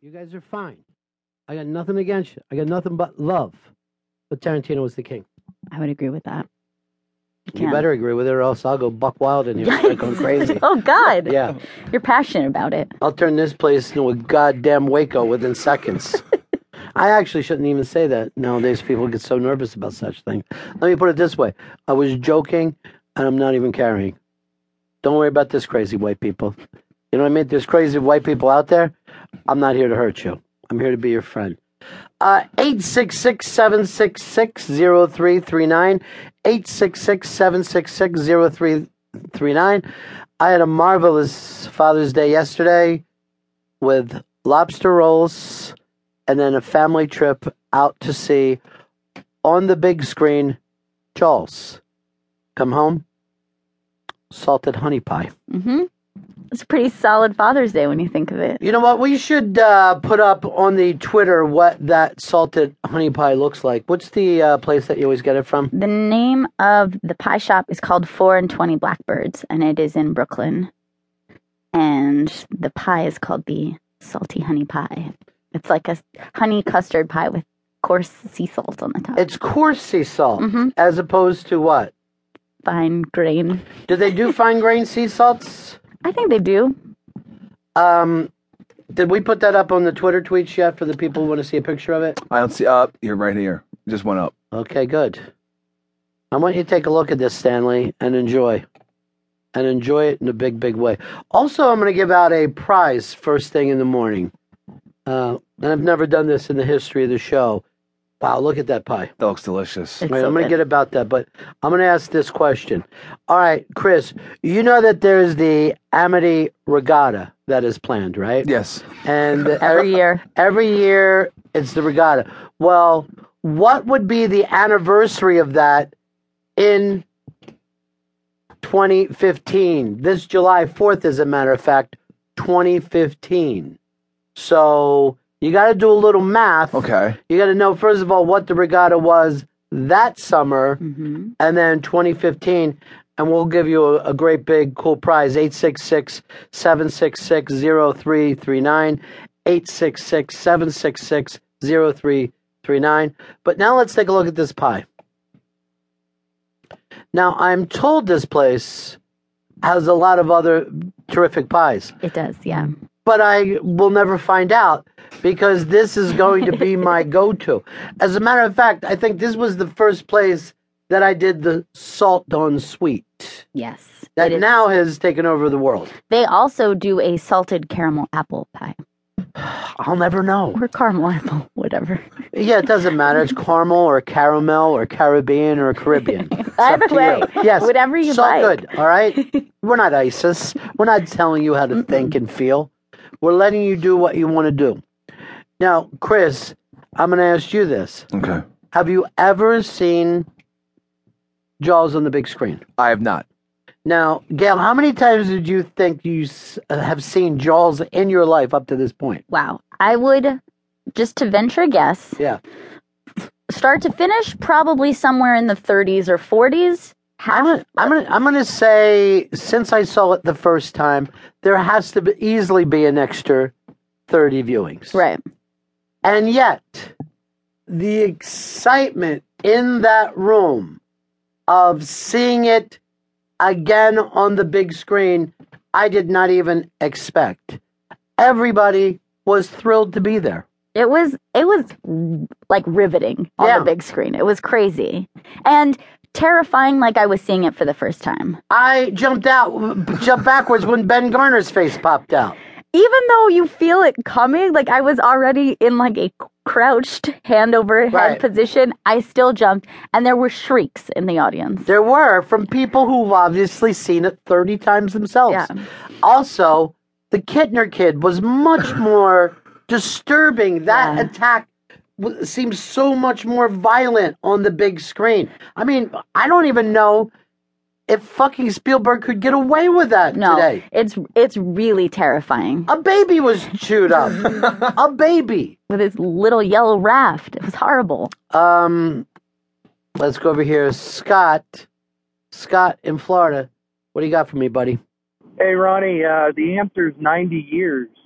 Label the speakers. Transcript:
Speaker 1: You guys are fine. I got nothing against you. I got nothing but love. But Tarantino was the king.
Speaker 2: I would agree with that.
Speaker 1: You
Speaker 2: Yeah.
Speaker 1: better agree with it, or else I'll go buck wild in here. I'm going crazy.
Speaker 2: oh God.
Speaker 1: Yeah,
Speaker 2: You're passionate about it.
Speaker 1: I'll turn this place into a goddamn Waco within seconds. I actually shouldn't even say that nowadays. People get so nervous about such things. Let me put it this way: I was joking, and I'm not even carrying. Don't worry about this crazy white people. You know what I mean? There's crazy white people out there. I'm not here to hurt you. I'm here to be your friend. Uh, 866-766-0339. 866-766-0339. I had a marvelous Father's Day yesterday with lobster rolls and then a family trip out to see on the big screen Jaws. Come home, salted honey pie.
Speaker 2: Mm-hmm. It's a pretty solid Father's Day when you think of it.
Speaker 1: You know what? We should uh, put up on the Twitter what that salted honey pie looks like. What's the uh, place that you always get it from?
Speaker 2: The name of the pie shop is called Four and Twenty Blackbirds, and it is in Brooklyn. And the pie is called the Salty Honey Pie. It's like a honey custard pie with coarse sea salt on the top.
Speaker 1: It's coarse sea salt
Speaker 2: Mhm.
Speaker 1: as opposed to what?
Speaker 2: fine grain.
Speaker 1: Do they do fine grain sea salts?
Speaker 2: I think they do.
Speaker 1: Um, did we put that up on the Twitter tweets yet for the people who want to see a picture of it?
Speaker 3: I don't see up. You're right here. Just went up.
Speaker 1: Okay, good. I want you to take a look at this, Stanley, and enjoy. And enjoy it in a big, big way. Also, I'm going to give out a prize first thing in the morning. Uh, and I've never done this in the history of the show. Wow, look at that pie.
Speaker 3: That looks delicious.
Speaker 2: It's
Speaker 1: All right,
Speaker 2: so
Speaker 1: I'm going to
Speaker 2: good.
Speaker 1: get about that, but I'm going to ask this question. All right, Chris, you know that there's the Amity Regatta that is planned, right?
Speaker 3: Yes.
Speaker 1: And
Speaker 2: every year.
Speaker 1: Every year it's the regatta. Well, what would be the anniversary of that in 2015? This July 4th, as a matter of fact, 2015. So you got to do a little math.
Speaker 3: Okay.
Speaker 1: You got to know, first of all, what the regatta was that summer
Speaker 2: hmm
Speaker 1: and then 2015 and we'll give you a, a great big cool prize 866-766-0339 866-766-0339 but now let's take a look at this pie now i'm told this place has a lot of other terrific pies
Speaker 2: It does, yeah.
Speaker 1: but I will never find out because this is going to be my go to. As a matter of fact, I think this was the first place that I did the salt on sweet
Speaker 2: Yes.
Speaker 1: that
Speaker 2: It is.
Speaker 1: now has taken over the world.
Speaker 2: They also do a salted caramel apple pie
Speaker 1: I'll never know.
Speaker 2: or caramel apple, whatever.
Speaker 1: Yeah, it doesn't matter. It's caramel or caramel or Caribbean or Caribbean. It's up
Speaker 2: Either
Speaker 1: to
Speaker 2: way,
Speaker 1: you. yes,
Speaker 2: whatever you
Speaker 1: so
Speaker 2: like.
Speaker 1: good. All right, we're not ISIS. We're not telling you how to think and feel. We're letting you do what you want to do. Now, Chris, I'm going to ask you this.
Speaker 3: Okay.
Speaker 1: Have you ever seen Jaws on the big screen?
Speaker 3: I have not.
Speaker 1: Now, Gail, how many times did you think you s- uh, have seen Jaws in your life up to this point?
Speaker 2: Wow. I would, just to venture a guess,
Speaker 1: Yeah.
Speaker 2: start to finish, probably somewhere in the 30s or 40s.
Speaker 1: I'm
Speaker 2: Half,
Speaker 1: gonna, I'm gonna, I'm gonna say since I saw it the first time, there has to be, easily be an extra thirty viewings.
Speaker 2: right.
Speaker 1: And yet, the excitement in that room of seeing it again on the big screen, I did not even expect. Everybody was thrilled to be there.
Speaker 2: It was it was like riveting on
Speaker 1: Yeah.
Speaker 2: the big screen. It was crazy and terrifying, like I was seeing it for the first time.
Speaker 1: I jumped out, jumped backwards when Ben Garner's face popped out.
Speaker 2: Even though you feel it coming, like I was already in like a crouched hand over head
Speaker 1: Right.
Speaker 2: position, I still jumped, and there were shrieks in the audience.
Speaker 1: There were from people who've obviously seen it 30 times themselves.
Speaker 2: Yeah.
Speaker 1: Also, the Kittner kid was much more disturbing. That
Speaker 2: Yeah.
Speaker 1: attack w- seems so much more violent on the big screen. I mean, I don't even know if fucking Spielberg could get away with that
Speaker 2: No,
Speaker 1: today.
Speaker 2: it's it's really terrifying
Speaker 1: A baby was chewed up. a baby.
Speaker 2: with this little yellow raft. It was horrible.
Speaker 1: Um, let's go over here. Scott, Scott in Florida. What do you got for me, buddy?
Speaker 4: Hey, Ronnie, uh, the answer is 90 years.